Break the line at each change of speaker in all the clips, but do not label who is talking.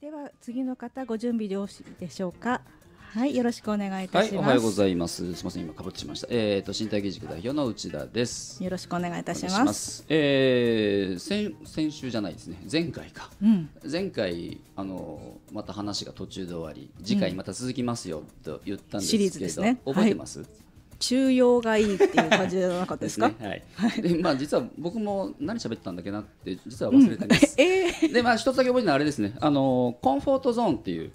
では次の方ご準備よろしいでしょうか。はい、よろしくお願いいた
は
します。
い、おはようございます。すみません、今かぶってしまいました。えっ、と、身体技術代表の内田です。
よろしくお願いいたし
お願い
ます。
えー先先週じゃないですね。前回か。
うん、
前回あのまた話が途中で終わり、次回また続きますよと言ったんです
シ
けど、
リーズですね
覚えてます？
中庸がいいっていう感じじゃなかったですか。
ねはい。 で、まあ実は僕も何喋ってたんだっけなって実は忘れてます。
ええ
で、まあ一つだけ覚えてるのはあれですね。あのコンフォートゾーンっていう。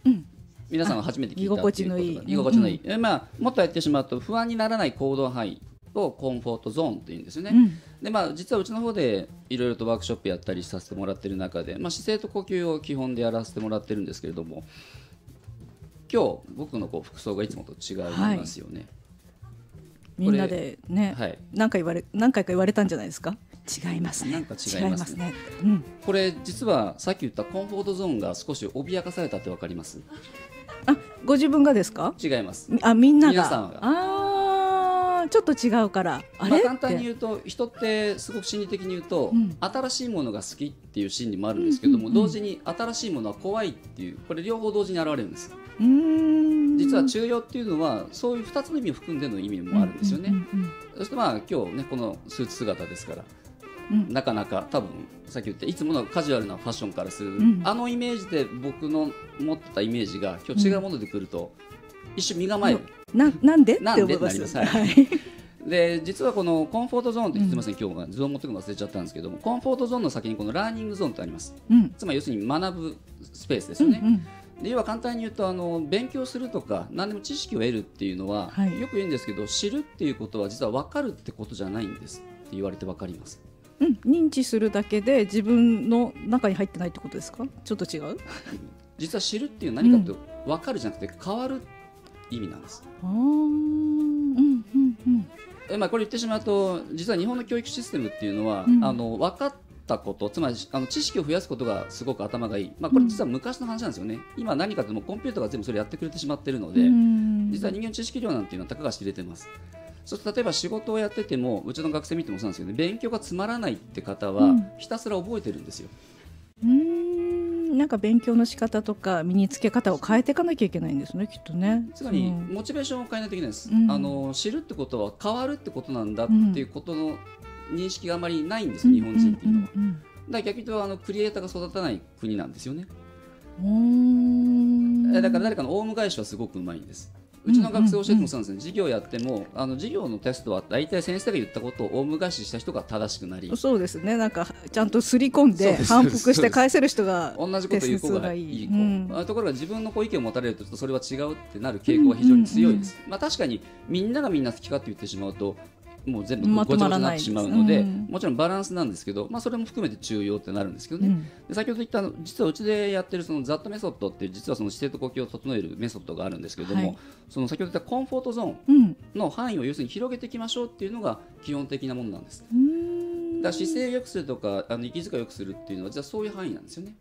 皆さんが初めて聞いた
あ居心地のいい
ってうことが居心地のいい、えまあ、もっとやってしまうと不安にならない行動範囲をコンフォートゾーンって言うんですよね、
うん
でまあ、実はうちの方でいろいろとワークショップやったりさせてもらってる中で、まあ、姿勢と呼吸を基本でやらせてもらってるんですけれども今日僕のこう服装がいつもと違いますよね、
みんなでね、
はい
何回言われ何回か言われたんじゃないですか。違いますね。
なんか違いますね
違いますねうん、
これ実はさっき言ったコンフォートゾーンが少し脅かされたってわかります
あ、ご自分がですか。
違います
みあ、みんなが。
皆様が
ああ、ちょっと違うから。あ
まあ、
れ、
簡単に
って
言うと人ってすごく心理的に言うと、
うん
新しいものが好きっていう心理もあるんですけども、同時に新しいものは怖いっていうこれ両方同時に現れるんです
うーん。
実は中庸っていうのはそういう2つの意味を含んでの意味もあるんですよね、
うんうん
そしてまあ今日ねこのスーツ姿ですから
うんうん
なかなか多分さっき言ったいつものカジュアルなファッションからする、
ん
あのイメージで僕の持ってたイメージが今日違うもので来ると、一瞬身構える、
ななんでって
なんで
思います
なりますはい
い
で実はこのコンフォートゾーンってすみません、今日は図を持ってくの忘れちゃったんですけどもコンフォートゾーンの先にこのラーニングゾーンってあります
うん
つまり要するに学ぶスペースです
う
よ
ん
ね、で要は簡単に言うとあの勉強するとか何でも知識を得るっていうのは、
はい
よく言うんですけど知るっていうことは実は分かるってことじゃないんですって言われて分かります
うんうん認知するだけで自分の中に入ってないってことですかちょっと違う
実は知るっていうのは何かと分かるじゃなくて変わる意味なんです、
あーうんうんうん
えまあ、これ言ってしまうと実は日本の教育システムっていうのは、
うん
あの分かったことつまりあの知識を増やすことがすごく頭がいい、まあ、これ実は昔の話なんですよね、今何かでもうコンピューターが全部それやってくれてしまってるので、
うん
実は人間の知識量なんていうのはたかが知れてますそして例えば仕事をやっててもうちの学生見てもそうなんですけど、勉強がつまらないって方は、
うん
ひたすら覚えてるんですよ
うんなんか勉強の仕方とか身につけ方を変えていかなきゃいけないんですねきっとね
つまり
うん
モチベーションを変えないといけないです、
うん
あの知るってことは変わるってことなんだっていうことの認識があまりないんです、日本人っていうのは。
うんうん
だから逆に言うとあのクリエイターが育たない国なんですよね、
うんうーん
えだから誰かのオウム返しはすごくうまいんですうちの学生教えてもそうなんですね、授業やってもあの授業のテストは大体先生が言ったことをオウム返しした人が正しくなり
そうですねなんかちゃんとすり込ん
そう
で
です
反復して返せる人が
同じこと言う子がいい子、
うん
あところが自分のこう意見を持たれるとちょっとそれは違うってなる傾向が非常に強いです、まあ、確かにみんながみんな好きかって言ってしまうともう全部ご
ま
ち
と
ゃごち
ま
ゃ
ら
になっ
ない
て
です
しまうので、
うん
もちろんバランスなんですけど、まあ、それも含めて重要ってなるんですけどね、
うん
で先ほど言ったあの実はうちでやってるそのザットメソッドっていう実はその姿勢と呼吸を整えるメソッドがあるんですけれども、
はい
その先ほど言ったコンフォートゾーン
うん
の範囲を要するに広げていきましょうっていうのが基本的なものなんです。
うーん
だから姿勢を良くするとかあの息遣いを良くするっていうのは実はそういう範囲なんですよね。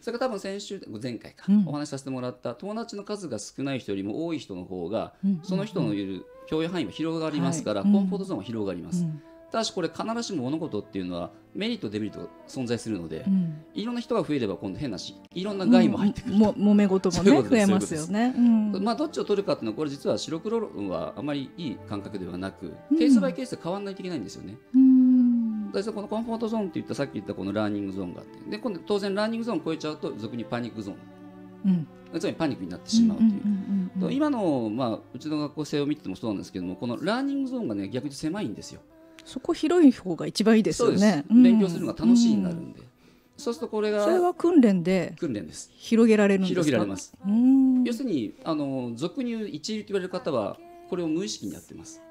それが多分先週前回か、
うん
お話しさせてもらった友達の数が少ない人よりも多い人の方が、
うん
その人のいる共有範囲は広がりますから、
はい
コンフォートゾーンは広がります、
うん
ただしこれ必ずしも物事っていうのはメリットデメリットが存在するので、
うん
いろんな人が増えれば今度変なしいろんな害も入ってくる、
も揉め事も
そういう
ね
こと
増
で
え
す
ますよね。うん
まあ、どっちを取るかっていうのはこれ実は白黒論はあまりいい感覚ではなく、
うん
ケースバイケースで変わらないといけないんですよね。
うん
でこのコンフォートゾーンって言ったさっき言ったこのラーニングゾーンがあってで今度当然ラーニングゾーンを超えちゃうと俗にパニックゾ
うん
ーンつまりパニックになってしまうという。
んうんうんうん
と今の、まあ、うちの学校生を見ててもそうなんですけどもこのラーニングゾーンがね逆に狭いんですよ。
そこ広い方が一番いいですよね。うん
勉強するのが楽しいになるんで、そうするとこれ
うん
が
それは訓練で
訓練です
広げられるんですか。
広げられます
うん
要するにあの俗に言う一流と言われる方はこれを無意識にやってます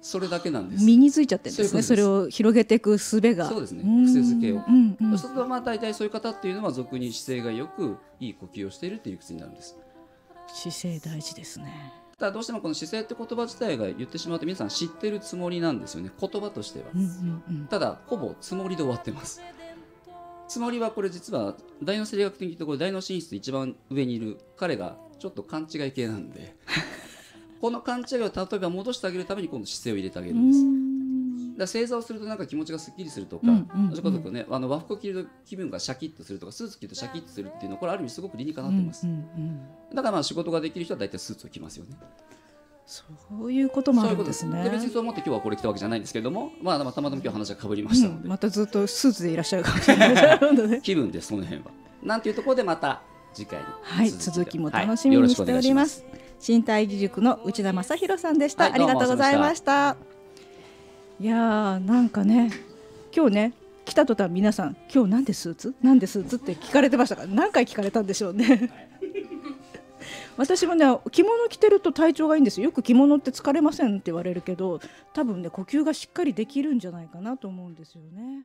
それだけなんです
身についちゃってるんですね。そ
そうい
れ
う
を広げていく術が。
そうですね
ん
癖づけを
うんうん
そうするとまあ大体そういう方っていうのは俗に姿勢がよくいい呼吸をしているっていう理屈になるんです
姿勢大事ですね。
ただどうしてもこの姿勢って言葉自体が言ってしまうと皆さん知ってるつもりなんですよね言葉としては
うんうんうん
ただほぼつもりで終わってますつもりはこれ実は大脳生理学的に言うとこれ大脳進出一番上にいる彼がちょっと勘違い系なんでこの勘違いを例えば戻してあげるために今度姿勢を入れてあげる
うん
です
ん
ら正座をするとなんか気持ちがすっきりするとか、
うんうんうん
それこそねあの和服を着ると気分がシャキッとするとかスーツ着るとシャキッとするっていうのはこれある意味すごく理にかなってます、
うんうんうん
だからまあ仕事ができる人は大体スーツを着ますよね
そういうことも
そう
あ
いう
る
こ
んで
とです
すね。
で別にそう思って今日はこれ着たわけじゃないんですけれども、まあ、たまたま今日話がかぶりましたの
う
で、
んまたずっとスーツでいらっしゃるかもしれ ない。なるほどね。
気分ですその辺はなんていうところでまた次回に
はい、
が
続きも楽しみにしております。身体技術の内田正弘さんでした、
はい
ありがとうございました。いやー、なんかね、今日ね、来た途端皆さん、今日なんでスーツ、なんでスーツって聞かれてましたから、何回聞かれたんでしょうね。 私もね着物着てると体調がいいんですよよく着物って疲れませんって言われるけど多分ね呼吸がしっかりできるんじゃないかなと思うんですよね。